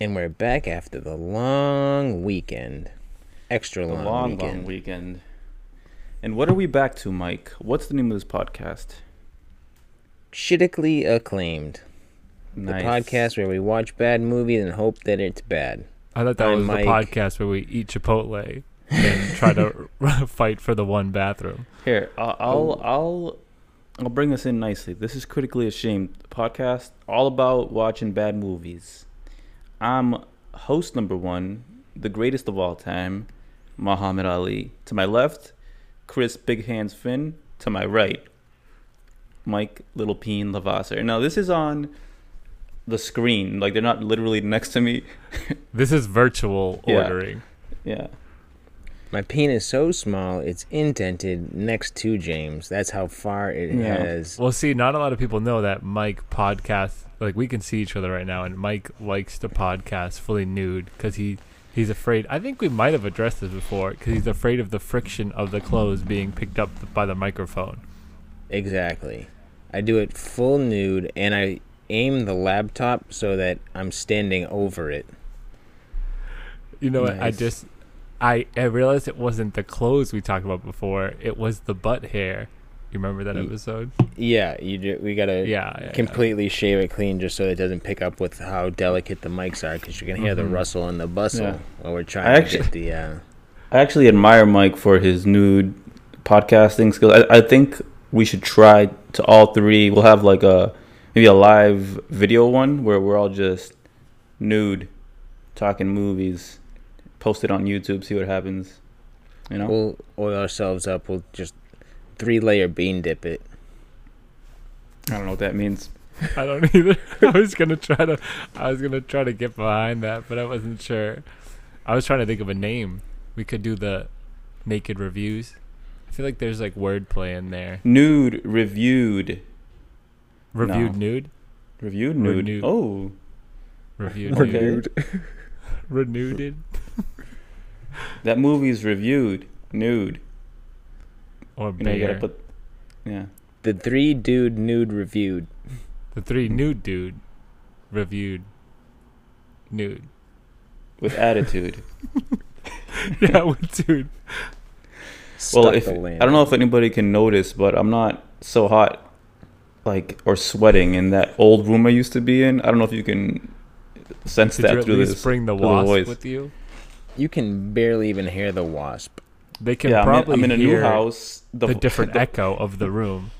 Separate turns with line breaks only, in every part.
And we're back after the long weekend. Extra
The
long,
long,
weekend.
long weekend. And what are we back to, Mike? What's the name of this podcast?
Critically acclaimed. The
Nice.
podcast where we watch bad movies and hope that it's bad.
I thought that
I'm
was
Mike.
the podcast where we eat Chipotle and try to fight for the one bathroom.
Here, I'll, I'll, I'll, I'll bring this in nicely. This is critically ashamed podcast, all about watching bad movies. I'm host number one, the greatest of all time, Muhammad Ali. To my left, Chris Big Hands Finn. To my right, Mike Little Peen Lavasser. Now this is on the screen, like they're not literally next to me.
This is virtual
Yeah.
ordering.
Yeah.
My pen is so small it's indented next to James. That's how far it
Yeah.
has.
Well, see, not a lot of people know that Mike podcasts. Like we can see each other right now, and Mike likes to podcast fully nude because he he's afraid. I think we might have addressed this before because he's afraid of the friction of the clothes being picked up by the microphone.
Exactly. I do it full nude and I aim the laptop so that I'm standing over it.
You know what? I
Nice.
just I, I realized it wasn't the clothes we talked about before. It was the butt hair. You remember that
Ye-
episode?
Yeah, you do, we gotta
Yeah. yeah, yeah.
completely shave it clean just so it doesn't pick up with how delicate the mics are because you can hear the
Mhm.
rustle and the bustle
Mm-hmm. Yeah.
while we're trying
I
to
actually-
get the. Uh,
I actually admire Mike for his nude podcasting skills. I, I think we should try to all three. We'll have like a maybe a live video one where we're all just nude talking movies. Post it on YouTube, see what happens. You know?
we'll oil ourselves up. We'll just three layer bean dip it.
I don't know what that means.
I don't either. I was gonna try to, I was gonna try to get behind that, but I wasn't sure. I was trying to think of a name. We could do the naked reviews. I feel like there's like wordplay in there.
Nude reviewed.
Reviewed
No.
nude.
Reviewed nude.
Renewed.
Oh.
Reviewed
Okay.
nude. Renewed.
That movie's reviewed. Nude.
Or
You know, you gotta
bear.
put Yeah.
The three dude nude reviewed.
the three nude dude. Reviewed. Nude.
With attitude.
yeah, with dude.
well,
Stuck
if
the
I
landing.
don't know if anybody can notice, but I'm not so hot, like or sweating in that old room I used to be in. I don't know if you can sense
Did you
that
at
through
least
this.
bring the
through the
wasp
voice.
with you?
you can barely even hear the wasp.
They can
yeah, I'm in-
probably
I'm in, a
hear
new house. The,
the different
the,
echo of the room.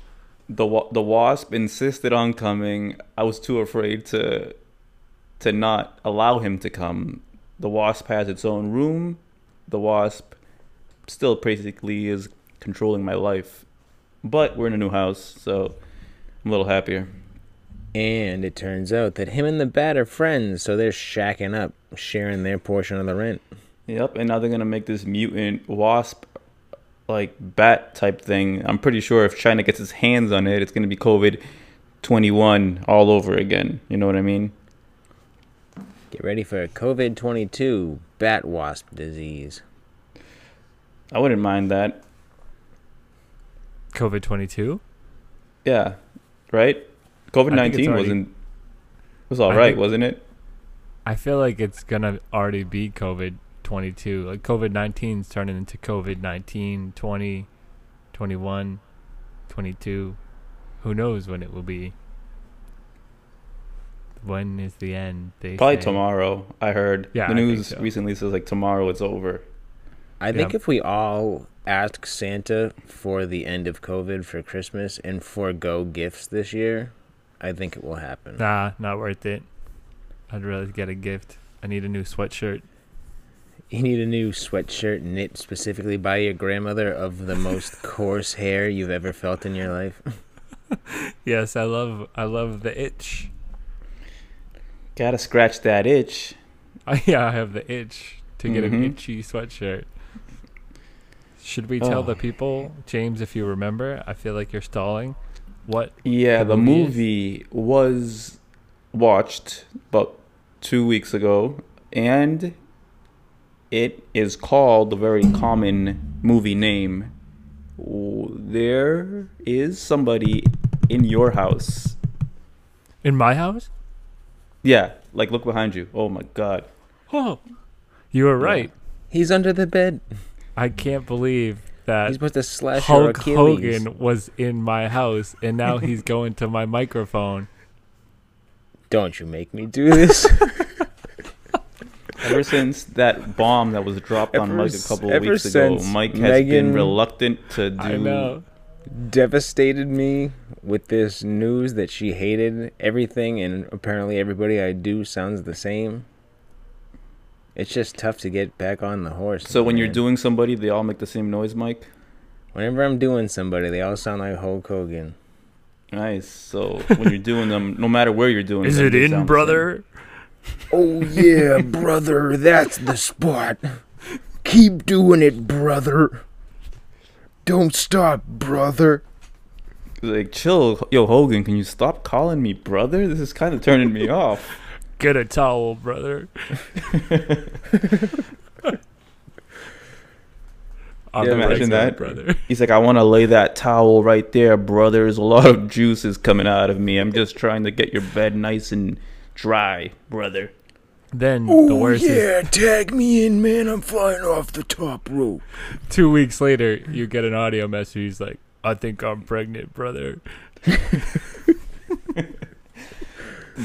the wa- the wasp insisted on coming. I was too afraid to to not allow him to come. The wasp has its own room. The wasp still basically is controlling my life, but we're in a new house, so I'm a little happier.
And it turns out that him and the bat are friends, so they're shacking up, sharing their portion of the rent.
Yep, and now they're gonna make this mutant wasp, like bat type thing. I'm pretty sure if China gets its hands on it, it's gonna be COVID twenty one all over again. You know what I mean?
Get ready for COVID 22 bat wasp disease.
I wouldn't mind that.
COVID twenty two.
Yeah, right. COVID nineteen
already-
wasn't was all
I
right,
think-
wasn't it?
I feel like it's gonna already be COVID 22. Like COVID 19 is turning into COVID 19, 20, 21, 22. Who knows when it will be? When is the end? They
Probably
say.
tomorrow. I heard
Yeah,
the
I think
news
so.
recently says like tomorrow it's over.
I think
Yeah.
if we all ask Santa for the end of COVID for Christmas and forego gifts this year, I think it will happen.
Nah, not worth it. I'd rather get a gift. I need a new sweatshirt.
You need a new sweatshirt knit specifically by your grandmother of the most coarse hair you've ever felt in your life.
Yes, I love I love the itch.
Gotta scratch that itch.
Mm-hmm.
yeah, I have the itch to get
Mhm.
an itchy sweatshirt. Should we tell
Oh.
the people, James, if you remember? I feel like you're stalling. What?
Yeah,
The
the
movie
movie was watched about two weeks ago, and it is called the very common movie name. W- There is somebody in your house.
In my house?
Yeah, like look behind you. Oh my god.
Oh, you were right.
He's under the bed.
I can't believe that
He's supposed to slash your
Hulk
Achilles.
Hogan was in my house, and now he's going to my microphone.
Don't you make me do this.
Ever since that bomb that was dropped on
Ever
Mike a
s-
couple
ever
weeks ago,
since
Mike has
Megan-
been reluctant to do.
I know.
Devastated me with this news that she hated everything, and apparently everybody I do sounds the same. It's just tough to get back on the horse.
So when you're
man.
doing somebody, they all make the same noise, Mike.
whenever I'm doing somebody, they all sound like Hulk Hogan.
Nice. So when you're doing them, no matter where you're doing, them, they sound the
Oh yeah, brother, that's the spot. Keep doing it, brother. Don't stop, brother.
same. Like, chill, yo Hogan. Can you stop calling me brother? This is kind of turning me off.
Get a towel, brother. I'm
Yeah,
the
imagine
Brexit
that.
brother.
He's like, I want to lay that towel right there, brother. There's a lot of juice is coming out of me. I'm just trying to get your bed nice and dry, brother.
Then the worst
Oh,
is
tag me in, man. I'm flying off the top rope.
two weeks later, you get an audio message. He's like, "I think I'm pregnant, brother."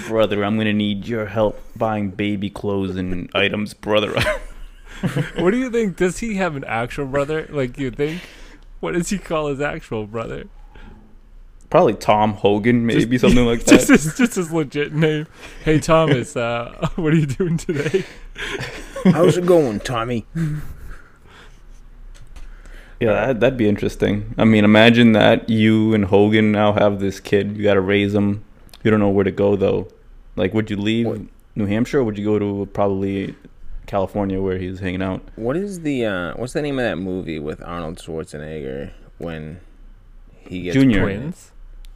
Brother, I'm gonna need your help buying baby clothes and items, brother.
What do you think? Does he have an actual brother? Like you think? What does he call his actual brother?
Probably Tom Hogan, maybe
Just-
something like that.
Just his, just his legit name. Hey Thomas, uh, what are you doing today?
How's it going, Tommy?
Yeah, that'd, that'd be interesting. I mean, imagine that you and Hogan now have this kid. You got to raise him. You don't know where to go though. Like, would you leave
What?
New Hampshire? or Would you go to probably California where he's hanging out?
What is the uh what's the name of that movie with Arnold Schwarzenegger when he gets
Junior.
Twins.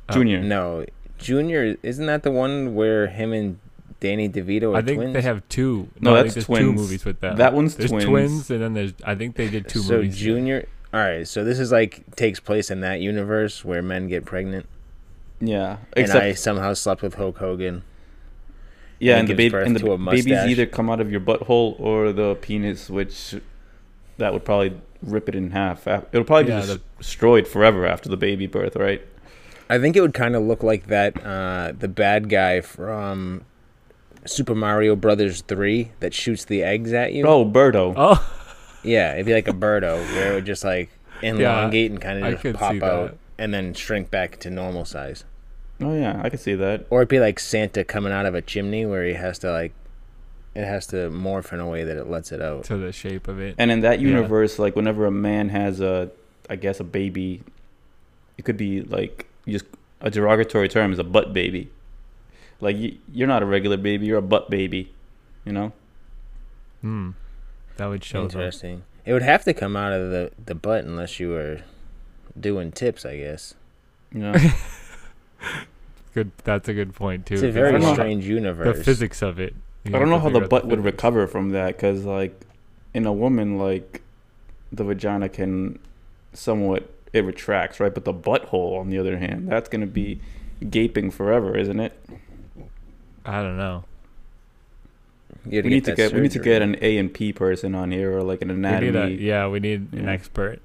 Oh,
Junior.
No, Junior isn't that the one where him and Danny DeVito are
I think
twins?
they have two.
Oh, No,
I think
that's
there's Two
Twins.
movies with that.
That one's
there's
twins.
and then there's. I think they did two
so
movies.
Junior. All right, so this is like takes place in that universe where men get pregnant,
Yeah.
and I
Except
somehow slept with Hulk Hogan.
yeah,
he
and the
gives
baby
birth
and
to a
the babies
mustache.
either come out of your butthole or the penis, which that would probably rip it in half. Af- It'll probably
Yeah,
be
the-
destroyed forever after the baby birth, right?
I think it would kind of look like that uh, the bad guy from Super Mario Brothers Three that shoots the eggs at you.
Oh, Birdo.
Oh,
Yeah, it'd be like a Birdo where it would just like elongate and kind
I
of
could
just pop
see
out
that.
and then shrink back to normal size.
Oh yeah, I could see that.
Or it'd be like Santa coming out of a chimney where he has to like it has to morph in a way that it lets it out.
to the shape of it.
And in that
Yeah.
universe, like whenever a man has a, I guess a baby, it could be like just a derogatory term is a butt baby. Like you, you're not a regular baby, you're a butt baby. You know,
Hmm. That would show them.
Interesting. It would have to come out of the, the butt unless you were doing tips, I guess.
you know.
Good. That's a good point too.
It's a
'cause
very
don't know how-
strange
the
universe.
physics of it.
I don't know how the butt would recover from that because, like, in a woman, like the vagina can somewhat it retracts, right? But the butthole, on the other hand, that's gonna be gaping forever, isn't it?
I don't know.
You had
We need to
that
get we need to
surgery.
get an A and P person on here or like an
We
anatomy.
need a, yeah, we need an
Yeah.
expert.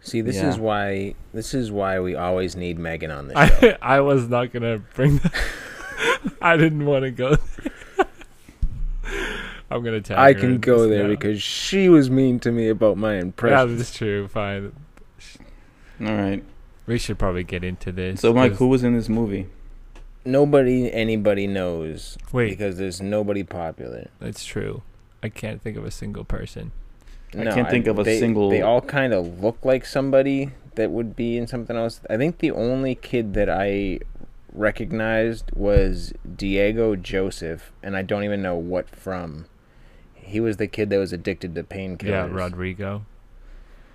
See, this is
Yeah.
why this is why we always need Megan on this show.
I, I was not gonna bring that. I didn't want to go. there. I'm gonna tag.
I
her
can
in
go
this
there
now.
because she was mean to me about my
yeah,
impression.
that's true. Fine.
All right.
We should probably get into this.
So Mike,
'cause-
who was in this movie?
Nobody anybody knows
Wait,
because there's nobody popular.
that's true. I can't think of a single person.
I can't think of a
they-
single-
They all kind of look like somebody that would be in something else. I think the only kid that I recognized was Diego Joseph, and I don't even know what from. He was the kid that was addicted to painkillers.
Yeah, Rodrigo.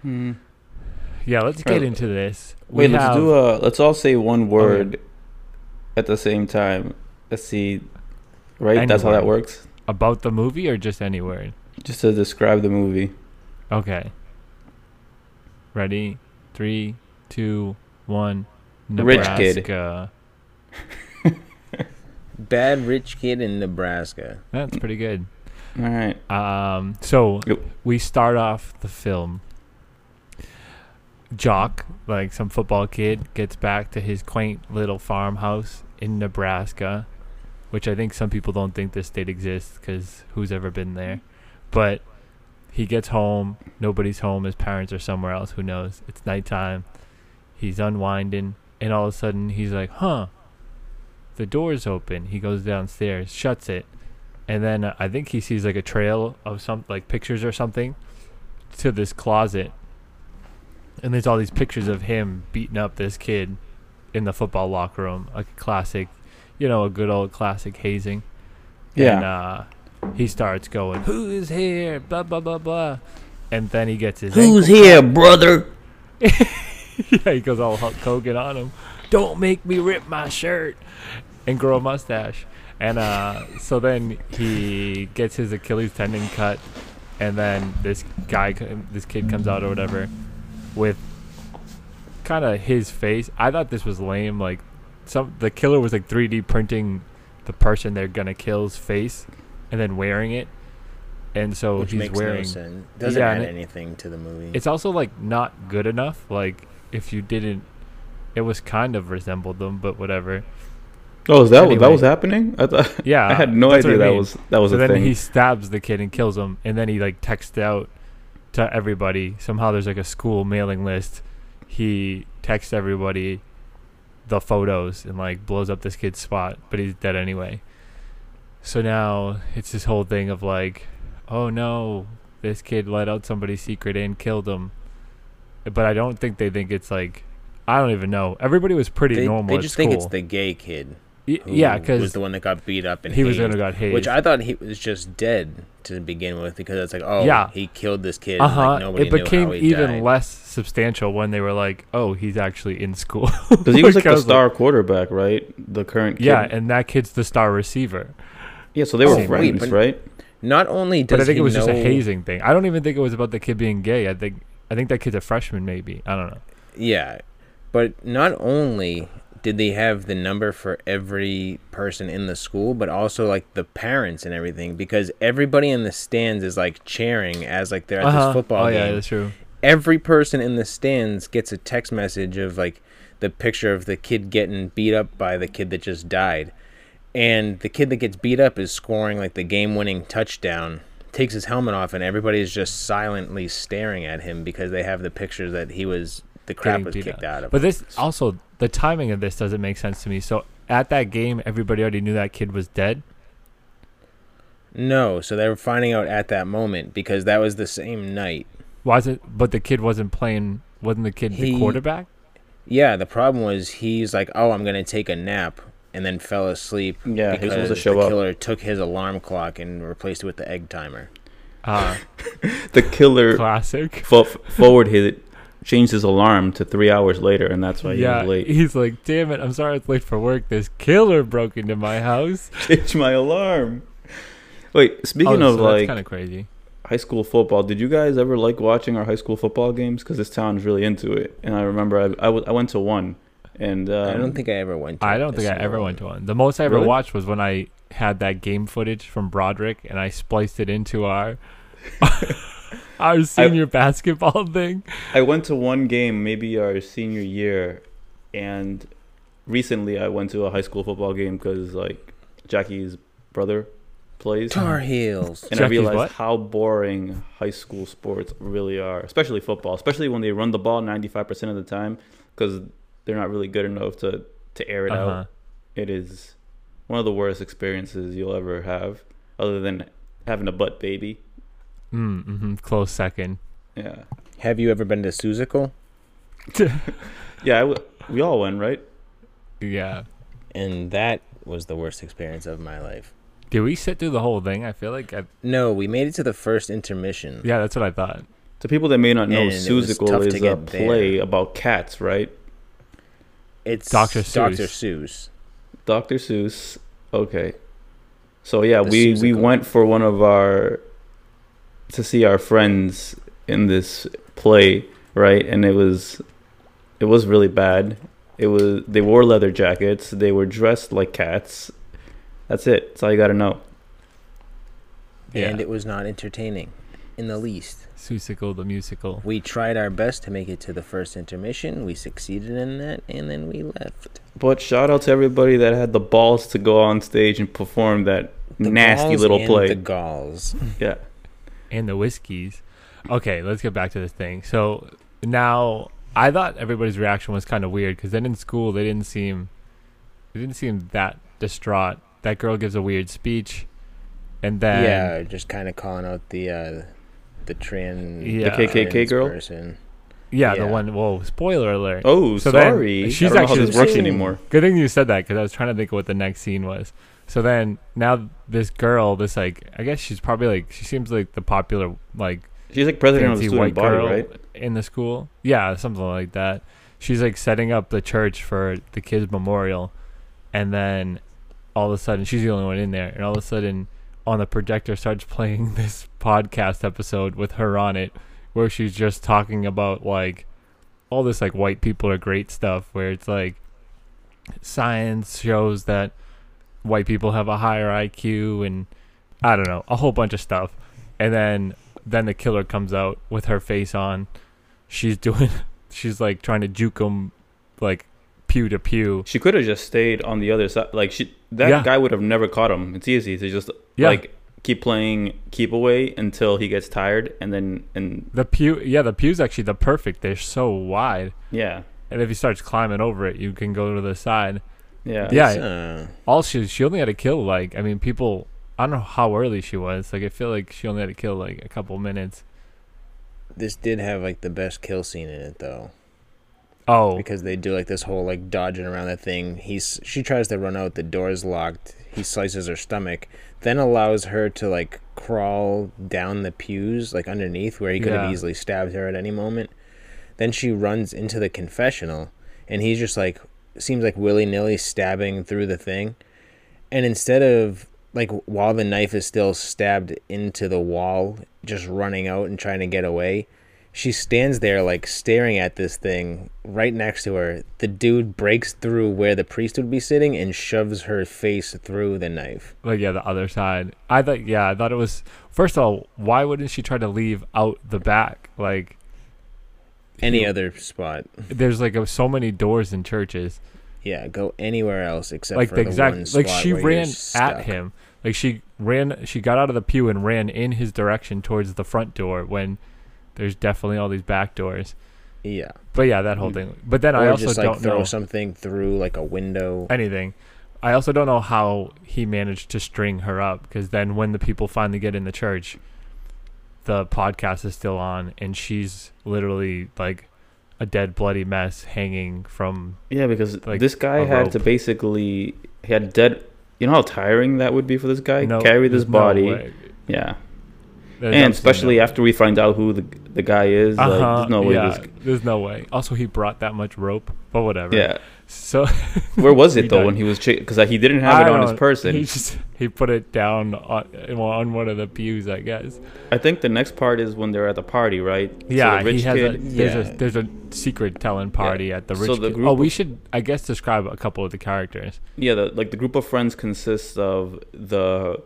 Hmm.
Yeah, let's
Alright.
get into this.
Wait,
We
let's
have-
do a. Let's all say one
yeah.
word at the same time. Let's see. Right, that's how
Anywhere.
that works.
about the movie or just any word.
Just to describe the movie.
Okay. Ready? Three, two, one.
Rich kid.
Nebraska.
Bad rich kid in Nebraska.
That's pretty good.
All right.
Um, so
Yep.
we start off the film. Jock, like some football kid, gets back to his quaint little farmhouse in Nebraska, which I think some people don't think this state exists because who's ever been there? But he gets home. Nobody's home. His parents are somewhere else. Who knows? It's nighttime. He's unwinding, and all of a sudden he's like, "Huh." The door's open. He goes downstairs, shuts it, and then uh, I think he sees like a trail of some like pictures or something to this closet, and there's all these pictures of him beating up this kid in the football locker room. A classic, you know, a good old classic hazing.
Yeah.
And uh, he starts going, "Who's here?" Blah blah blah blah, and then he gets his ankle-
here, brother?
yeah, he goes all Hulk Hogan on him. Don't make me rip my shirt and grow a mustache. And uh, so then he gets his Achilles tendon cut, and then this guy, c- this kid comes out or whatever, with kind of his face. I thought this was lame. Like, some the killer was like 3D printing the person they're gonna kill's face, and then wearing it. And so
which
Oh, he's
makes no
wearing
sense. Doesn't
Yeah,
add
and it-
anything to the movie.
it's also like not good enough. Like if you didn't, it was kind of resembled them, but whatever.
Oh, is that what that
Anyway.
was happening? I thought.
Yeah,
I had no
that's what
idea
I
that
mean.
was that was
So
a
then
thing.
he stabs the kid and kills him, and then he like texts out to everybody. Somehow there's like a school mailing list. He texts everybody the photos and like blows up this kid's spot, but he's dead anyway. So now it's this whole thing of like, oh no, this kid let out somebody's secret and killed him. But I don't think they think it's like, I don't even know. Everybody was pretty
they,
normal.
they
at
just think it's
school.
the gay kid.
Y-
who
yeah,
was
because
the one that got beat up and
he was
hazed,
gonna got hazed.
which I thought he was just dead to begin with because it's like oh
Yeah.
he killed this kid.
Uh
and,
huh.
Like, nobody
it became
knew how he
even
died.
less substantial when they were like, "Oh, he's actually in school."
Because he was like the
Because, like-
star quarterback, right? The current. Kid.
yeah, and that kid's the star receiver.
yeah. So they were
Oh, wait,
friends,
but-
right?
Not only does
but I think
he
it was
know,
just a hazing thing. I don't even think it was about the kid being gay. I think I think that kid's a freshman, maybe. I don't know.
Yeah, but not only did they have the number for every person in the school, but also like the parents and everything because everybody in the stands is like cheering as like they're at
Uh-huh.
this football
oh
game.
yeah, that's true.
every person in the stands gets a text message of like the picture of the kid getting beat up by the kid that just died. And the kid that gets beat up is scoring like the game winning touchdown, takes his helmet off, and everybody is just silently staring at him because they have the picture that he was, the crap
Getting
was
beat
kicked
up.
out of.
But
him.
this also the timing of this doesn't make sense to me. So at that game, everybody already knew that kid was dead.
no, so they were finding out at that moment because that was the same night.
Wasn't but the kid wasn't playing. Wasn't the kid
He-
the quarterback?
Yeah, the problem was he's like, oh, I'm going to take a nap, and then fell asleep.
Yeah, he was supposed to
because
show
the
up.
killer took his alarm clock and replaced it with the egg timer.
Ah,
The killer
classic.
fo- forward hit changed his alarm to three hours later, and that's why he was late.
He's like, damn it, I'm sorry it's late for work. This killer broke into my house.
Change my alarm. Wait, speaking
Oh,
of
so that's
like
kind of crazy.
high school football, did you guys ever like watching our high school football games? Because this town is really into it, and I remember I I, w- I went to one, and um,
I don't think I ever went. To
I don't think I ever went to one. The most I ever
Really?
watched was when I had that game footage from Broderick and I spliced it into our our senior basketball thing.
I went to one game, maybe our senior year, and recently I went to a high school football game because like Jackie's brother plays.
Tar Heels.
And I
Jackie's
realized
what?
how boring high school sports really are, especially football, especially when they run the ball 95% of the time because they're not really good enough to, to air it
Uh-huh.
out. It is one of the worst experiences you'll ever have, other than having a butt baby.
Mm, hmm close second.
Yeah.
Have you ever been to Suzical?
Yeah, I w- we all went, right?
Yeah.
And that was the worst experience of my life.
Did we sit through the whole thing? I feel like I,
No, we made it to the first intermission.
yeah, that's what I thought.
To people that may not know,
And it was
Suzical
tough
is
to
a
get there.
play about cats, right?
It's
Dr.
Dr.
Seuss.
Seuss.
Dr. Seuss. Okay. So yeah,
The
we we
Seussical.
went for one of our to see our friends in this play, right? And it was it was really bad. It was they wore leather jackets. They were dressed like cats. That's it. That's all you gotta know.
And
Yeah.
it was not entertaining in the least.
Susicle the musical.
We tried our best to make it to the first intermission. We succeeded in that, and then we left.
But shout out to everybody that had the balls to go on stage and perform that
The
nasty
Gauls
little
and
play.
The Gauls.
Yeah.
and the whiskeys. Okay, let's get back to this thing. So now I thought everybody's reaction was kind of weird because then in school they didn't seem they didn't seem that distraught. That girl gives a weird speech, and then
yeah, just kind of calling out the uh, the trans
The Yeah.
KKK
trans
girl?
person.
yeah, the
Yeah.
one. Whoa, spoiler alert!
Oh,
So then
sorry.
she's
I don't know how
actually-
this works
Ooh.
anymore.
Good thing you said that because I was trying to think of what the next scene was. So then now this girl, this like I guess she's probably like she seems like the popular like
She's like president of the
fancy
student
white
body,
girl
right?
in the school. Yeah, something like that. She's like setting up the church for the kids' memorial, and then all of a sudden she's the only one in there, and all of a sudden on the projector starts playing this podcast episode with her on it, where she's just talking about like all this like white people are great stuff, where it's like science shows that white people have a higher IQ and I don't know a whole bunch of stuff, and then then the killer comes out with her face on. She's doing, she's like trying to juke him, like pew to pew.
She could have just stayed on the other side. Like she, that
Yeah.
guy would have never caught him. It's easy to just
Yeah,
like keep playing keep away until he gets tired, and then and
the pew. Yeah, the pew's actually the perfect. They're so wide,
yeah,
and if he starts climbing over it, you can go to the side.
yeah,
Yeah.
It's, uh,
All she, she only had to kill like I mean people. I don't know how early she was. Like I feel like she only had to kill like a couple minutes.
this did have like the best kill scene in it though,
Oh,
because they do like this whole like dodging around the thing. He's she tries to run out, the door's locked. He slices her stomach, then allows her to like crawl down the pews like underneath where he could
Yeah.
have easily stabbed her at any moment. Then she runs into the confessional, and he's just like seems like willy nilly stabbing through the thing. and instead of like while the knife is still stabbed into the wall just running out and trying to get away she stands there like staring at this thing right next to her the dude breaks through where the priest would be sitting and shoves her face through the knife
like yeah, the other side. I thought yeah, I thought it was. First of all, why wouldn't she try to leave out the back? Like
any other spot
there's like a, so many doors in churches.
yeah go anywhere else except
like
for
the exact
one
like
spot
she
where you're
ran
stuck.
at him like she ran she got out of the pew and ran in his direction towards the front door when there's definitely all these back doors
yeah
but yeah that whole thing but then i
Mm. or
also
just like
don't
throw
know
something through like a window
anything i also don't know how he managed to string her up because then when the people finally get in the church the podcast is still on and she's literally like a dead bloody mess hanging from
yeah. Because
Like,
this guy
a
had
rope.
to basically he had dead. You know how tiring that would be for this guy
no
carry this
there's no
body.
way.
yeah,
There's
and
absolutely
especially
no way.
after we find out who the the guy is, like,
Uh-huh,
there's no way.
yeah,
This,
there's no way. Also, he brought that much rope, but whatever.
yeah,
So
where was
He
it though
died.
when he was because like, he didn't have
I
it on his
don't-
person.
He just he put it down on, on one of the pews, I guess.
I think the next part is when they're at the party, right? So
Yeah,
the
he has a,
kid-
there's
yeah.
a there's a secret telling party at the
So
rich.
the
kid-
group
oh, we
of-
should I guess describe a couple of the characters.
Yeah, the, like the group of friends consists of the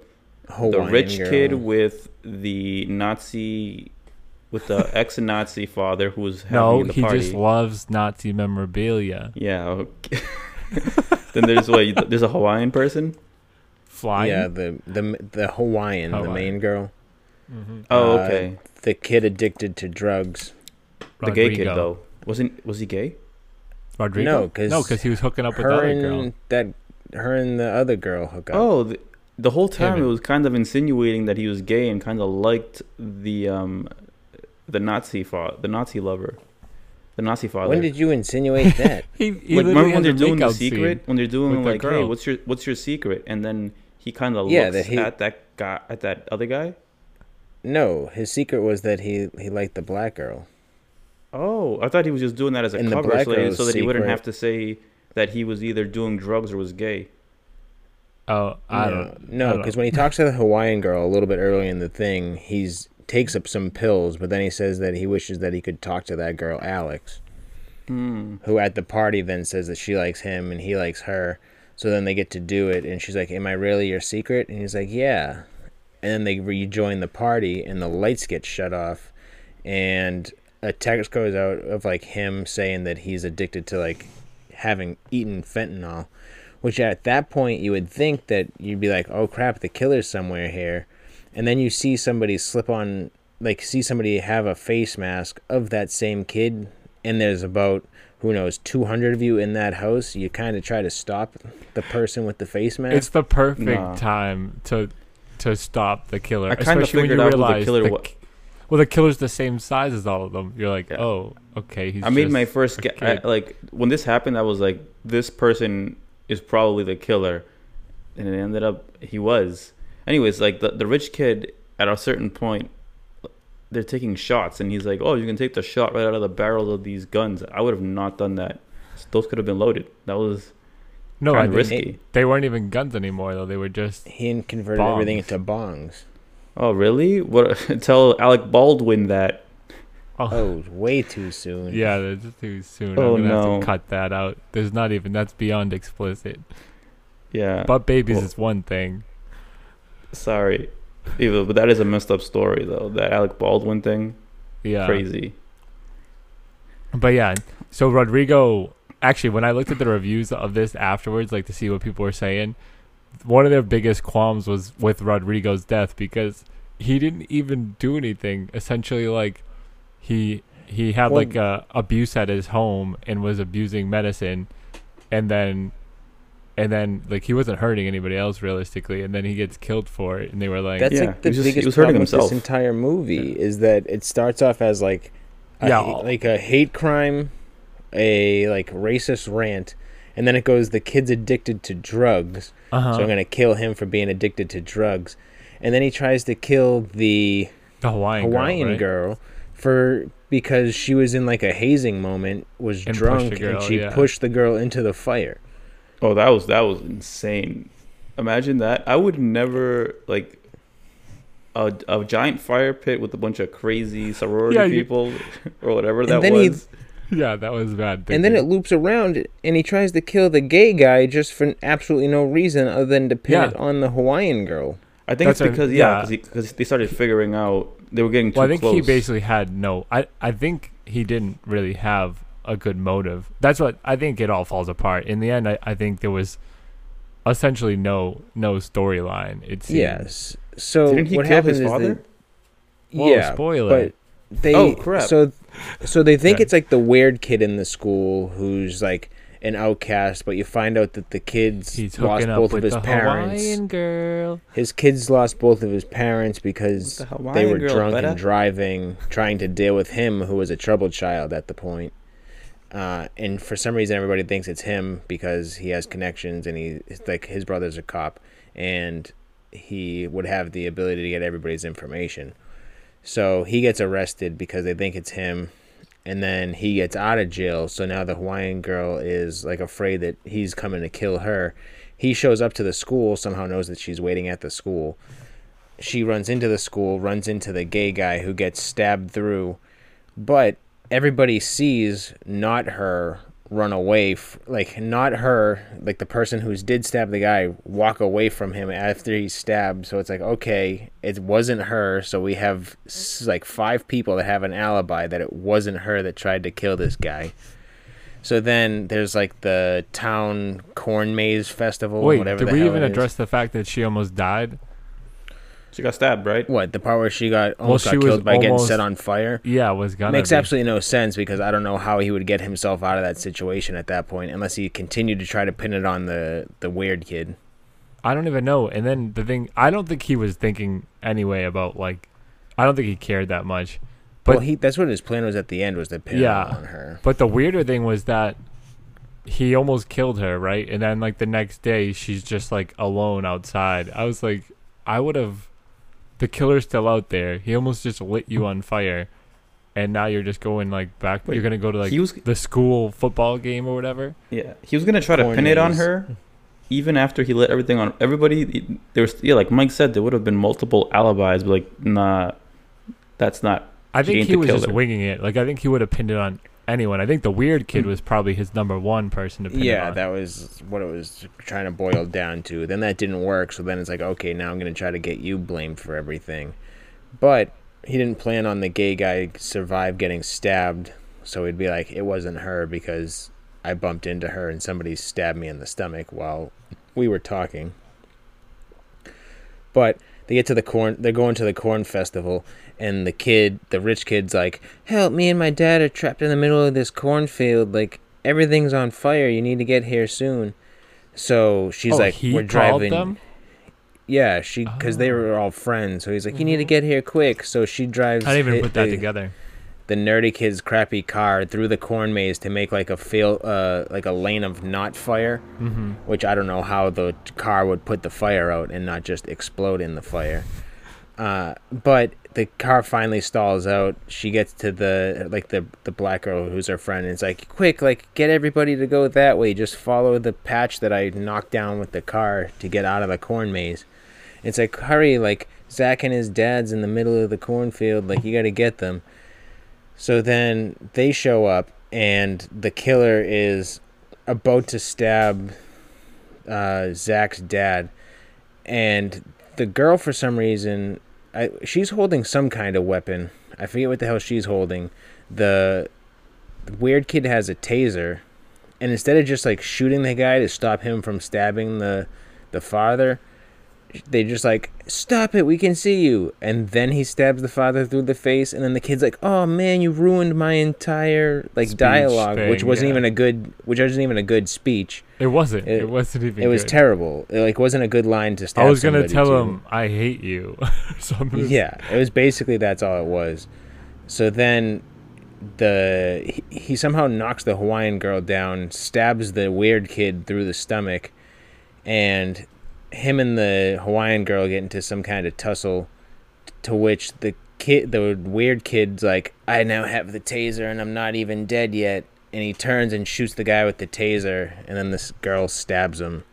Hawaiian
the rich
girl.
kid with the Nazi, with the ex Nazi father who was having
No,
the
he
party.
just loves Nazi memorabilia.
yeah. Okay. then there's wait, there's a Hawaiian person.
Flying.
yeah the the the hawaiian, the
Hawaiian.
main girl
hmm
Uh,
Oh, okay.
the kid addicted to drugs
Uh,
the gay kid though wasn't was he gay?
Rodrigo.
No, 'cause
no, because he was hooking up with the
her
other
and
girl.
that her and the other girl hook up.
Oh, the, the whole time
but-
it was kind of insinuating that he was gay and kind of liked the um, the Nazi fa- the Nazi lover, the Nazi
Oh,
father.
when did you insinuate that?
He, he
like remember
literally
when
has a
they're doing the
makeout scene.
secret when they're doing
with the
like hey
girl.
what's your what's your secret and then he kind of
Yeah,
looks
that he-
at that guy at that other guy
No, his secret was that he he liked the black girl.
Oh, I thought he was just doing that as a
And the
cover
black
so, that-
girl's
so that he wouldn't
secret-
have to say that he was either doing drugs or was gay.
Oh, I
no,
don't. I
No,
don't-
because when he talks to the Hawaiian girl a little bit earlier in the thing, he's takes up some pills, but then he says that he wishes that he could talk to that girl Alex, who at the party then says that she likes him and he likes her. So then they get to do it, and she's like, "Am I really your secret?" And he's like, "Yeah." And then they rejoin the party, and the lights get shut off, and a text goes out of like him saying that he's addicted to like having eaten fentanyl, which at that point you would think that you'd be like, oh crap, the killer's somewhere here. And then you see somebody slip on, like, see somebody have a face mask of that same kid, and there's about, who knows, 200 of you in that house. You kind of try to stop the person with the face mask.
it's the perfect
Nah.
time to to stop the killer.
I kinda
especially when
figured
you
out who the
realize
killer
the
wa-
ki- well, the killer's the same size as all of them. You're like,
Yeah.
oh, okay. He's
I made
just
my first
a
gu- I,
kid.
like when this happened. I was like, this person is probably the killer, and it ended up he was. Anyways, like the the rich kid at a certain point, they're taking shots, and he's like, oh, you can take the shot right out of the barrel of these guns. I would have not done that. Those could have been loaded. That was
no, I
kind of
think
risky.
they weren't even guns anymore though. They were just
he converted everything
Bongs.
into bongs.
Oh really? What? Tell Alec Baldwin that.
oh,
Oh, way too soon.
yeah, that's too soon.
Oh,
I'm gonna have
no.
to cut that out. There's not even that's beyond explicit.
Yeah.
But babies
Uh, Well-
is one thing.
Sorry, Eva, but that is a messed up story though. That Alec Baldwin thing,
Yeah.
crazy.
But yeah, so Rodrigo actually when I looked at the reviews of this afterwards like to see what people were saying, one of their biggest qualms was with Rodrigo's death because he didn't even do anything. Essentially like he he had
Well-
like a abuse at his home and was abusing medicine and then and then like he wasn't hurting anybody else realistically and then he gets killed for it and they were like
That's
Yeah,
like the
he was just- he
biggest
was hurting
problem with this
himself.
entire movie is that it starts off as like a
Yeah.
hate- like a hate crime, a like racist rant, and then it goes the kid's addicted to drugs,
uh-huh.
so I'm gonna kill him for being addicted to drugs, and then he tries to kill the
the Hawaiian,
Hawaiian
girl, right?
girl, for because she was in like a hazing moment, was
And pushed
drunk,
the girl,
and she
yeah.
pushed the girl into the fire.
Oh, that was that was insane. Imagine that. I would never like a, a giant fire pit with a bunch of crazy sorority
Yeah, you-
people or whatever
And
that
then he-
was.
Yeah, that was bad.
And then
thinking.
it loops around, and he tries to kill the gay guy just for absolutely no reason other than to pin
Yeah.
it on the Hawaiian girl.
I think it's
That's what-
because yeah,
yeah.
because they started figuring out they were getting too
well, I think
close.
he basically had no. I I think he didn't really have a good motive. That's what I think. It all falls apart in the end. I, I think there was essentially no no storyline. It seems.
Yes. So
didn't he
what
kill
happens
his
is
father?
that,
Whoa,
yeah,
spoiler.
but they
Oh, crap.
so so they think
Yeah.
it's like the weird kid in the school who's like an outcast, but you find out that the kids
He's
lost
hooking up
both of
with
his
the
parents.
Hawaiian girl.
His kids lost both of his parents because
With the
they
Hawaiian
were
girl,
drunk
better.
and driving, trying to deal with him, who was a troubled child at the point. Uh, and for some reason, everybody thinks it's him because he has connections and he it's like his brother's a cop, and he would have the ability to get everybody's information. So he gets arrested because they think it's him, and then he gets out of jail. So now the Hawaiian girl is like afraid that he's coming to kill her. He shows up to the school, somehow knows that she's waiting at the school. She runs into the school, runs into the gay guy who gets stabbed through, but everybody sees not her run away f- like not her like the person who's did stab the guy walk away from him after he's stabbed so it's like okay it wasn't her so we have s- like five people that have an alibi that it wasn't her that tried to kill this guy so then there's like the town corn maze festival
Wait,
whatever
did
the
we
hell
even
it is.
address the fact that she almost died?
she got stabbed, right?
what the part where she got almost
she
got
was
killed by getting
almost-
set on fire
Yeah, was gonna
makes
be.
absolutely no sense because I don't know how he would get himself out of that situation at that point unless he continued to try to pin it on the the weird kid.
I don't even know. And then the thing, I don't think he was thinking anyway about like, I don't think he cared that much. But
well, he that's what his plan was at the end was to pin
Yeah.
it on her.
But the weirder thing was that he almost killed her, right? And then like the next day, she's just like alone outside. I was like, I would have, the killer's still out there. He almost just lit you on fire, and now you're just going like back.
Wait,
you're gonna go to like
he was
the school football game or whatever.
yeah he was gonna try to pin it on
Corners.
her, even after he lit everything on everybody. There was yeah, like Mike said, there would have been multiple alibis. But like nah, that's not.
I
She
think
ain't
he
the
was just
killer.
winging it. Like I think he would have pinned it on anyone. I think the weird kid was probably his number one person to pin it
Hmm. Yeah,
on.
that was what it was trying to boil down to. Then that didn't work, so then it's like, okay, now I'm going to try to get you blamed for everything. But he didn't plan on the gay guy survive getting stabbed, so he'd be like, it wasn't her because I bumped into her and somebody stabbed me in the stomach while we were talking. But they get to the corn, they're going to the corn festival, and the kid, the rich kid's like, help, me and my dad are trapped in the middle of this cornfield. Like, everything's on fire. You need to get here soon. So she's
oh,
like,
he
we're
called
driving.
them.
Yeah, she because they
Oh.
were all friends. So he's like, "You need to get here quick." So she
I
drives.
didn't even
hi- uh,
put that
the,
together.
The nerdy kid's crappy car through the corn maze to make like a field, uh, like a lane of not fire.
hmm
Which I don't know how the t- car would put the fire out and not just explode in the fire. Uh, but the car finally stalls out. She gets to the like the the black girl who's her friend, and it's like, "Quick, like get everybody to go that way. Just follow the patch that I knocked down with the car to get out of the corn maze." It's like, hurry, like, Zach and his dad's in the middle of the cornfield. Like, you got to get them. So then they show up, and the killer is about to stab uh, Zach's dad. And the girl, for some reason, I, she's holding some kind of weapon. I forget what the hell she's holding. The, the weird kid has a taser. And instead of just like shooting the guy to stop him from stabbing the the father, they just like stop it we can see you and then he stabs the father through the face and then the kid's like oh man you ruined my entire like
Speech
dialogue which
thing,
wasn't
yeah.
even a good which wasn't even a good speech
It wasn't. It,
It-
wasn't even.
it was
good.
terrible it like wasn't a good line to stab
I was gonna
somebody
tell
to.
him I hate you. or something.
yeah it was basically that's all it was so then the he, he somehow knocks the hawaiian girl down stabs the weird kid through the stomach and him and the hawaiian girl get into some kind of tussle to which the kid the weird kid's like i now have the taser and i'm not even dead yet and he turns and shoots the guy with the taser and then this girl stabs him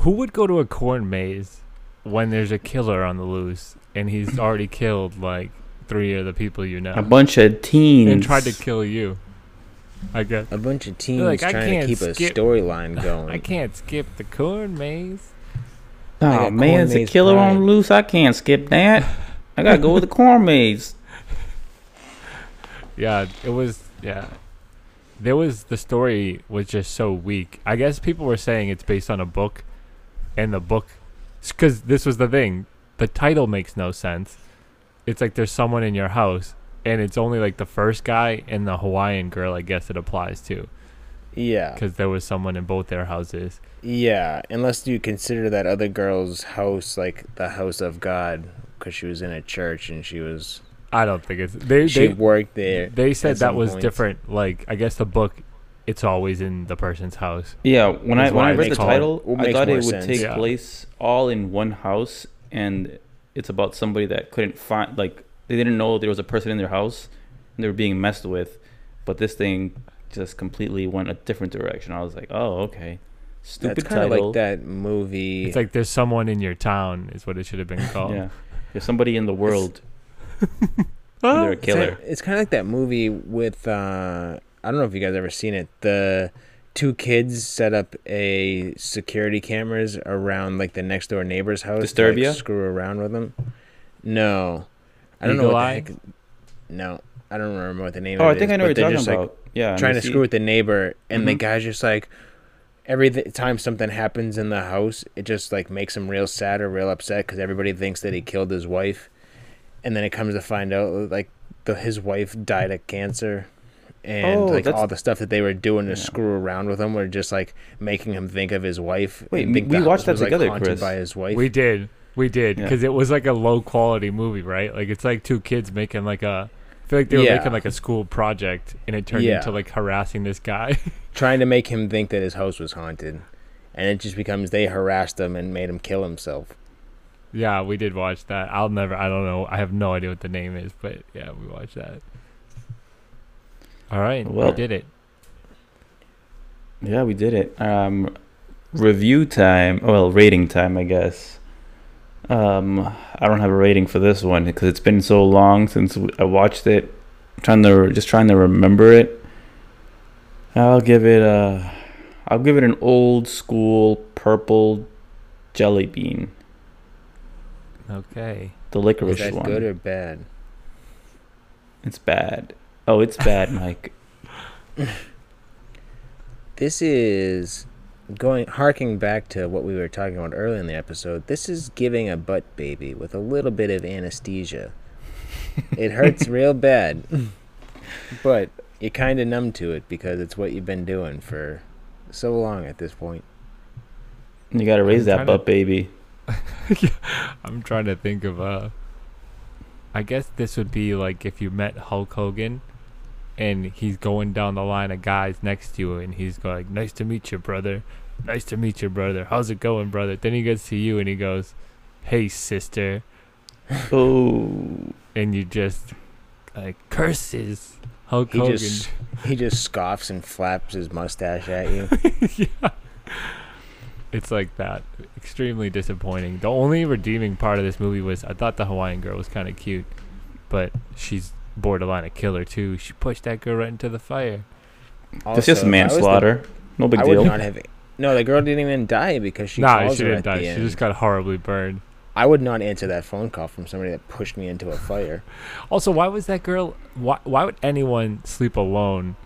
Who would go to a corn maze when there's a killer on the loose and he's already killed like three of the people you know
A bunch of teens.
and tried to kill you? I guess
a bunch of teens
like, "I
trying to
can't
keep
skip-
a storyline going
I can't skip the corn maze.
I
Oh
got
man,
corn
it's a
maze
killer
pride.
on loose. I can't skip that. I gotta go with the corn maze.
Yeah, it was. Yeah, there was the story was just so weak. I guess people were saying it's based on a book, and the book, because this was the thing. The title makes no sense. It's like there's someone in your house, and it's only like the first guy and the Hawaiian girl. I guess it applies to
yeah
because there was someone in both their houses.
Yeah, unless you consider that other girl's house like the house of God, because she was in a church and she was
I don't think it's they.
she
they
worked there.
they
at
said that
some
was
point.
different. Like I guess the book, it's always in the person's house.
Yeah, when I
That's
when
why
I
it
read the
makes more-
title,
it
I
makes
thought
more
it would
sense.
take
Yeah.
place all in one house, and it's about somebody that couldn't find like they didn't know there was a person in their house, and they were being messed with. But this thing just completely went a different direction. I was like, oh okay, stupid
That's kind of
title.
like that movie.
It's like there's someone in your town is what it should have been called.
Yeah, there's somebody in the world. and they're
Ah,
a oh,
It's like-
killer.
It's kind of like that movie with uh, I don't know if you guys ever seen it. The two kids set up a security cameras around like the next door neighbor's house. to, like,
Disturbia?
screw around with them. No, I don't
Eagle
know what
Eye?
the heck. No, I don't remember what the name.
Oh,
of
I
it
think
is,
I know
but
what
they're
you're talking
just, like,
about. yeah,
trying to screw with the neighbor, and the
Mhm.
guy's just like, every th- time something happens in the house, it just like makes him real sad or real upset because everybody thinks that he killed his wife, and then it comes to find out like the his wife died of cancer, and
Oh,
like
that's-
all the stuff that they were doing to
Yeah.
screw around with him were just like making him think of his wife.
Wait,
and think
we
the
watched
house
that
was, like,
together,
haunted
Chris.
By his wife.
We did. We did
Yeah.
because it was like a low quality movie, right? Like it's like two kids making like a. I feel like they were
Yeah.
making like a school project, and it turned
Yeah.
into like harassing this guy.
trying to make him think that his house was haunted, and it just becomes they harassed him and made him kill himself.
Yeah, we did watch that. I'll never. I don't know. I have no idea what the name is, but yeah, we watched that. All right,
Well-
we did it.
Yeah, we did it. Um, review time. Well, rating time, I guess. Um, I don't have a rating for this one because it's been so long since w- I watched it. trying to just trying to remember it. I'll give it a. I'll give it an old school purple jelly bean,
Okay.
the
Is
licorice
that
one.
good or bad?
it's bad. Oh, it's bad, Mike.
This is going harking back to what we were talking about earlier in the episode. This is giving a butt baby with a little bit of anesthesia. it hurts real bad, but you're kind of numb to it because it's what you've been doing for so long at this point.
You gotta raise that
trying to-
butt, baby.
I'm trying to think of uh I guess this would be like if you met Hulk Hogan and he's going down the line of guys next to you and he's going like, Nice to meet you, brother. Nice to meet you, brother. How's it going, brother? Then he gets to you and he goes, Hey sister
Oh.
and you just like curses Hulk
He
Hogan.
just he just scoffs and flaps his mustache at you.
yeah. It's like that. Extremely disappointing. The only redeeming part of this movie was I thought the Hawaiian girl was kind of cute, but she's borderline a killer too. She pushed that girl right into the fire.
It's just
Also, if I was the-
manslaughter. No big
I
deal.
would not have. No, the girl didn't even die because she.
nah,
calls
she
her
didn't
at
die.
the
She
end.
just got horribly burned.
I would not answer that phone call from somebody that pushed me into a fire.
Also, why was that girl? Why why would anyone sleep alone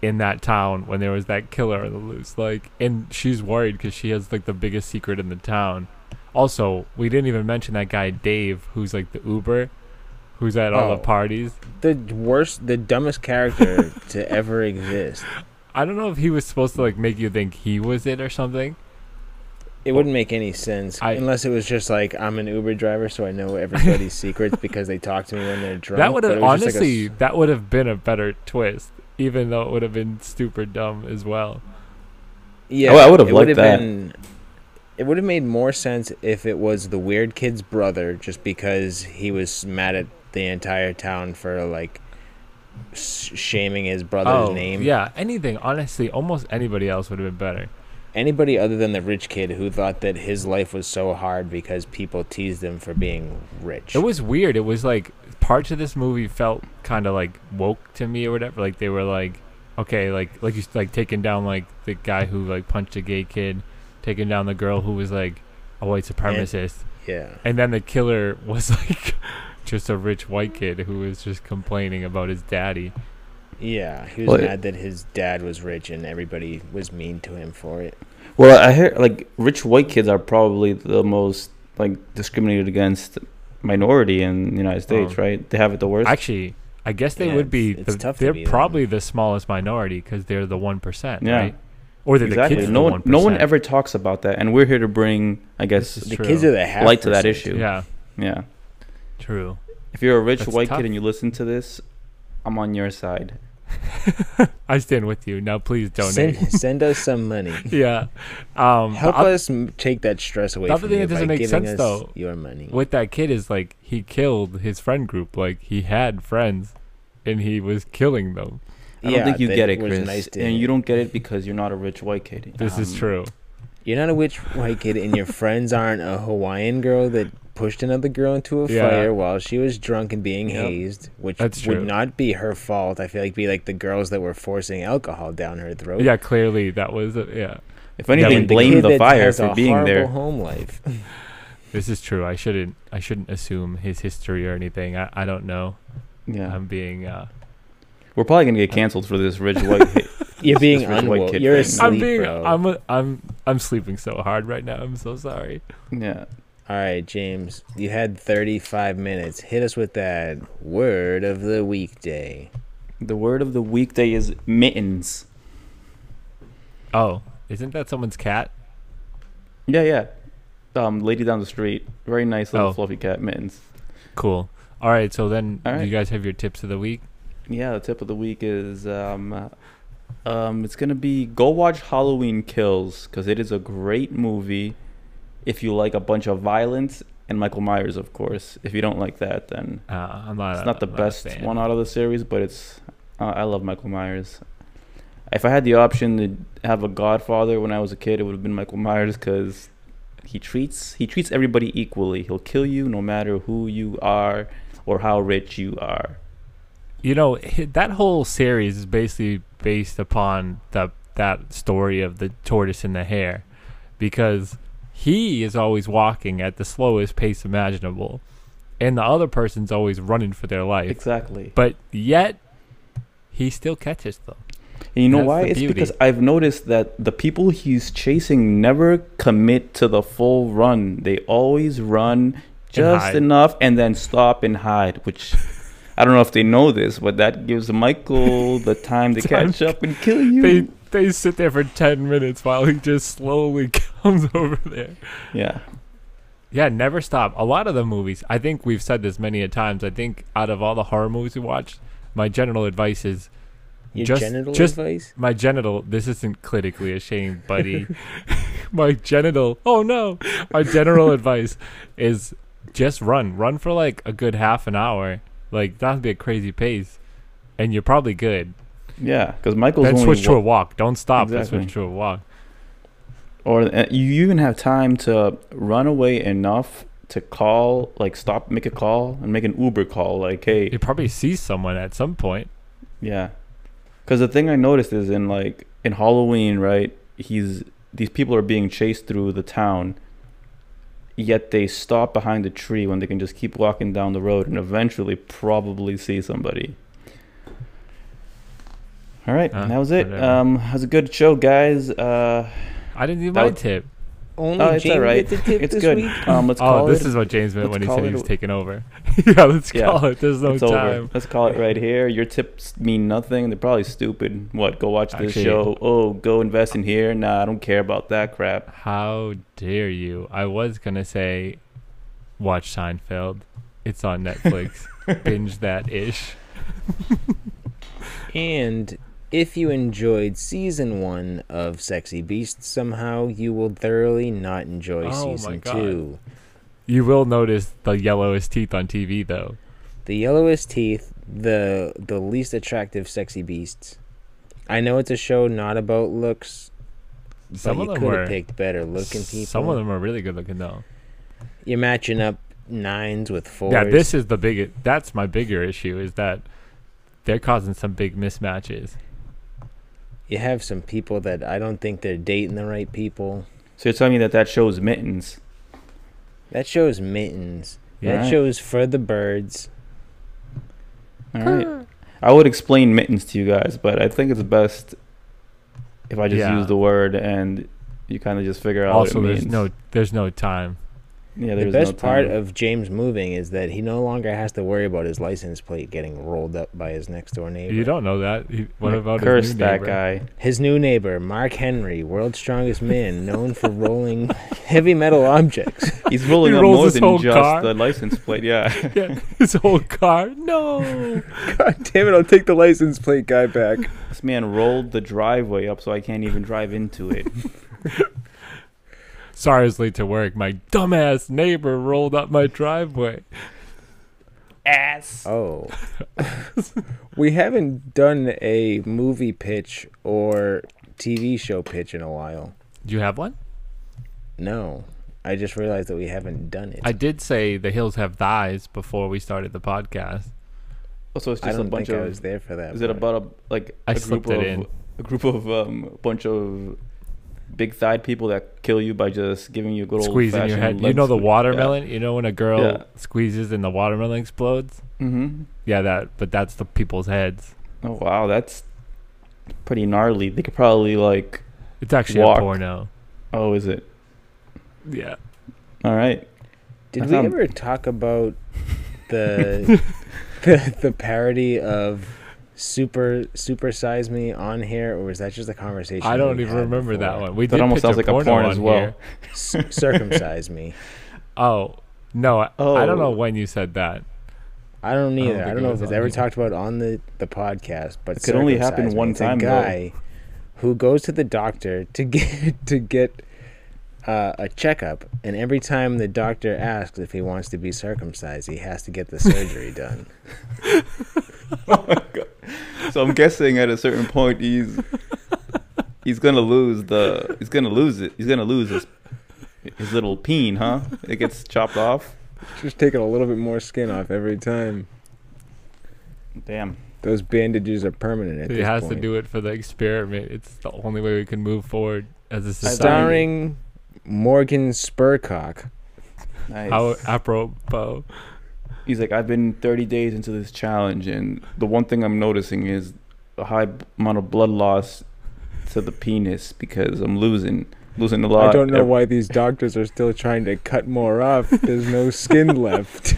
in that town when there was that killer on the loose? Like, and she's worried because she has like the biggest secret in the town. Also, we didn't even mention that guy Dave, who's like the Uber, who's at all
Oh.
the parties.
The worst, the dumbest character to ever exist.
I don't know if he was supposed to like make you think he was it or something.
It wouldn't make any sense
I-
unless it was just like I'm an Uber driver, so I know everybody's secrets because they talk to me when they're drunk.
that would
but
have
it was just like a
honestly, Oh,
s-
that would have been a better twist, even though it would have been super dumb as well.
yeah,
Oh, I would've
it
liked
would've
that.
been- it would have made more sense if it was the weird kid's brother, just because he was mad at the entire town for like s- shaming his brother's name.
Oh, yeah, anything. Honestly, almost anybody else would have been better.
anybody other than the rich kid who thought that his life was so hard because people teased him for being rich.
It was weird. It was like parts of this movie felt kind of like woke to me or whatever. Like they were like, okay, like like you s- like taking down like the guy who like punched a gay kid, taking down the girl who was like a white supremacist,
yeah.
and then the killer was like just a rich white kid who was just complaining about his daddy.
Yeah, he was
Well, it-
mad that his dad was rich and everybody was mean to him for it.
Well, I hear like rich white kids are probably the most like discriminated against minority in the United States,
Oh.
right? They have it the worst.
Actually, I guess they
Yeah,
would be.
it's- it's
the,
tough to
they're
be them.
probably the smallest minority because they're the one percent,
Yeah.
right? Or they're the
exactly.
kids.
No
the
one, no one
1%.
ever talks about that, and we're here to bring, I
This
guess,
is
The
true.
kids are the half
light to that
percent.
issue.
yeah,
yeah.
true.
If you're a rich
That's
white
tough.
kid and you listen to this, I'm on your side.
I stand with you. Now please donate.
Send, send us some money.
yeah. Um,
Help
the oth-
us m- take that stress away
the
from
other thing
you
that doesn't
by
make
giving us
sense, though,
your money.
with that kid is like he killed his friend group. Like he had friends, and he was killing them.
I
Yeah,
don't think you
that
get it,
was
Chris,
nice to
and
hear.
you don't get it because you're not a rich white kid.
This is
Um,
true.
You're not a witch white kid, and your friends aren't a Hawaiian girl that pushed another girl into a
Yeah.
fire while she was drunk and being
Yep.
hazed, which
That's
would
true.
not be her fault. I feel like be like the girls that were forcing alcohol down her throat.
Yeah, clearly that was. A, yeah,
If anything,
but the
blame
kid
the
that
fire
has
for
a
being
horrible
there.
Home life.
this is true. I shouldn't. I shouldn't assume his history or anything. I, I don't know.
Yeah,
I'm being. Uh,
we're probably gonna get canceled for this rich white kid.
You're being
This rich white
unwoke.
kid
You're
thing.
asleep,
I'm being.
bro.
I'm. A, I'm. I'm sleeping so hard right now. I'm so sorry.
Yeah.
All right, James. You had 35 minutes. Hit us with that word of the weekday.
The word of the weekday is mittens.
Oh, isn't that someone's cat?
Yeah, yeah. Um, lady down the street, very nice little
Oh.
fluffy cat mittens.
Cool. All right. So then,
All
do
right.
you guys have your tips of the week?
Yeah, the tip of the week is um, um, it's gonna be go watch Halloween Kills because it is a great movie. If you like a bunch of violence and Michael Myers, of course. If you don't like that, then
Uh, I'm not.
it's not the
I'm a
best
fan.
one out of the series, but it's. Uh, I love Michael Myers. If I had the option to have a Godfather when I was a kid, it would have been Michael Myers because he treats he treats everybody equally. He'll kill you no matter who you are or how rich you are.
You know hi- that whole series is basically based upon the that story of the tortoise and the hare, because he is always walking at the slowest pace imaginable, and the other person's always running for their life.
Exactly.
But yet, he still catches them.
And you know
That's
why?
the
It's
beauty.
because I've noticed that the people he's chasing never commit to the full run. They always run just
hide.
enough and then stop and hide, which I don't know if they know this, but that gives Michael the time to
Time
catch up and kill you.
They they sit there for ten minutes while he just slowly comes over there.
yeah.
Yeah, never stop. A lot of the movies, I think we've said this many a times. I think out of all the horror movies we watched, my general advice is
Your
Just-
genital
just-
advice?
my genital. This isn't clinically ashamed, buddy. my genital. Oh no, my general advice is just run, run for like a good half an hour. Like that'd be a crazy pace, and you're probably good.
Yeah, because Michael's
Then
only
switch to
wa-
a walk. Don't stop. Then
Exactly.
switch to a walk.
or uh, you even have time to run away enough to call, like stop, make a call, and make an Uber call, like, hey,
You probably see someone at some point.
Yeah, because the thing I noticed is in like in Halloween, right? He's these people are being chased through the town, yet they stop behind a tree when they can just keep walking down the road and eventually probably see somebody. All right,
Ah,
that was it.
whatever.
Um, that was a good show, guys. Uh,
I didn't do
That
my
was-
tip.
Only
oh, it's
Jamie
all right.
gets a tip
It's
this
good.
week?
Um, let's
Oh,
call
this
it.
is what James meant
let's
when he
call
said
it
he was
a-
taking over. yeah, let's
Yeah,
call it. There's no
it's
time.
over. Let's call it right here. Your tips mean nothing. They're probably stupid. What? Go watch this
Actually-
show. Oh, go invest in here. Nah, I don't care about that crap.
How dare you? I was gonna say, watch Seinfeld. It's on Netflix. Binge that ish.
And if you enjoyed season one of Sexy Beasts somehow, you will thoroughly not enjoy
Oh my
season
God.
two.
You will notice the yellowest teeth on TV though.
The yellowest teeth, the the least attractive sexy beasts. I know it's a show not about looks, but
Some
you
of them
could
were
have picked better looking people.
Some of them are really good looking though.
You're matching up nines with fours.
Yeah, this is the biggest. That's my bigger issue is that they're causing some big mismatches.
you have some people that I don't think they're dating the right people.
So you're telling me that that shows mittens?
That show's mittens. That
Alright.
show's for the birds.
All
Hmm.
right. I would explain mittens to you guys, but I think it's best if I just
Yeah.
use the word and you kind of just figure out
also,
what it
there's
means.
no there's no time.
yeah,
the
there's
best
no
part
time.
of James moving is that he no longer has to worry about his license plate getting rolled up by his next door neighbor.
You don't know that. You- What
Like,
about
curse
his new
that
neighbor?
guy?
His new neighbor, Mark Henry, world's strongest man, known for rolling heavy metal objects.
He's rolling
He
up
rolls
more
his
than
whole
just
car.
the license plate. Yeah,
Yeah, his whole car. No.
God damn it, I'll take the license plate guy back.
this man rolled the driveway up so I can't even drive into it.
Sorry I was late to work. My dumbass neighbor rolled up my driveway.
Ass.
Oh. we haven't done a movie pitch or TV show pitch in a while.
Do you have one?
No. I just realized that we haven't done it.
I did say the hills have thighs before we started the podcast.
Oh, so it's
I
just a
don't
bunch
think I was
of.
there for that.
Is it
one.
about a like
I
a group
slipped
of
it in.
a group of um a bunch of big thighed people that kill you by just giving you a good old
Squeezing your head. You know the watermelon? You know when a girl
Yeah.
squeezes and the watermelon explodes?
Mm-hmm.
Yeah, that but that's the people's heads.
Oh wow, that's pretty gnarly. They could probably like,
It's actually
Walk.
a porno.
oh, is it?
Yeah.
All right.
Did
I
we
found-
ever talk about the, the the parody of Super Super Size Me on here, or was that just a conversation?
I don't
we
even
had
remember that
before?
one. We
That
did
almost
pitch
sounds like a
porno
porn as
on
well.
here.
C- circumcise Me.
Oh. No, I, I don't know
Oh.
when you said that.
I don't
don't
either. I
think
don't,
it
know
was
if it's
on
ever
here.
talked about on the the podcast, but
It could only happen
Circumcise Me.
one
It's a
time, though.
guy who goes to the doctor to get to get uh, a checkup, and every time the doctor asks if he wants to be circumcised, he has to get the surgery done.
Oh So I'm guessing at a certain point he's he's gonna lose the he's gonna lose it. He's gonna lose his his little peen, huh? It gets chopped off.
Just taking a little bit more skin off every time.
Damn.
Those bandages are permanent at
He
this
has
point.
to do it for the experiment. It's the only way we can move forward as a society.
Starring Morgan Spurcock.
Nice.
How apropos.
he's like, I've been 30 days into this challenge, and the one thing I'm noticing is a high b- amount of blood loss to the penis because I'm losing losing a lot.
I don't know
ev-
why these doctors are still trying to cut more off. There's no skin left.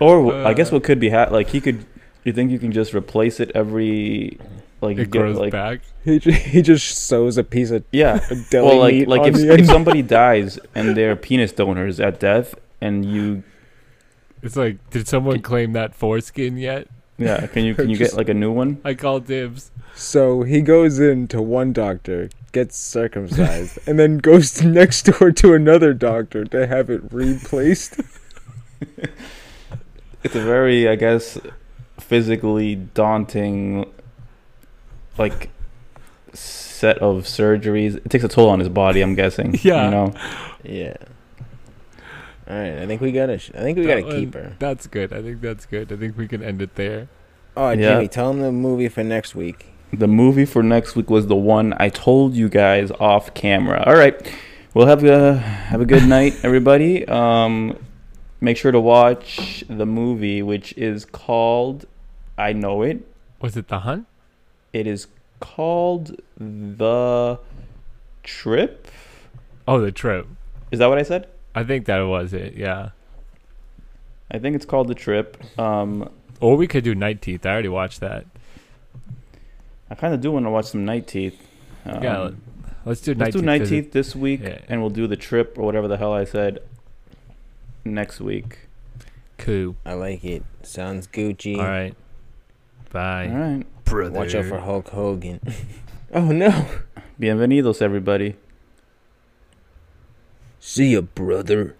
Or wh- I guess
Uh.
what could be ha- like he could. You think you can just replace it every like you
It
get,
grows
like
back.
He, ju- he just sews a piece of
yeah.
deli
well, like
meat
like
on
if,
the end.
if somebody dies and their penis donor is at death and you
It's like, did someone claim that foreskin yet?
yeah can you can you
Just-
get like a new one?
I call dibs.
So he goes in to one doctor, gets circumcised, and then goes to next door to another doctor to have it replaced.
It's a very I guess physically daunting like set of surgeries. It takes a toll on his body. I'm guessing.
Yeah.
You know.
Yeah. All right, I think we got a. Sh- I think we
That
got a
one-
keeper.
That's good. I think that's good. I think we can end it there.
Oh,
Yeah.
Jimmy, tell him the movie for next week.
The movie for next week was the one I told you guys off camera. All right, we'll have a have a good night, everybody. Um, make sure to watch the movie, which is called I know it.
Was it the hunt?
It is called the trip.
Oh, the trip.
Is that what I said?
I think that was it. Yeah.
I think it's called the trip. Um,
Or we could do night teeth. I already watched that.
I kind of do want to watch some Night Teeth. Um,
Yeah, Let's do
let's
night
do
teeth.
Night
'cause
Teeth this week,
yeah.
and we'll do the trip or whatever the hell I said next week.
it- Cool.
I like it. Sounds Gucci.
All right. Bye.
All right.
Brother.
Watch out for Hulk Hogan. oh no.
Bienvenidos, everybody.
See ya, brother.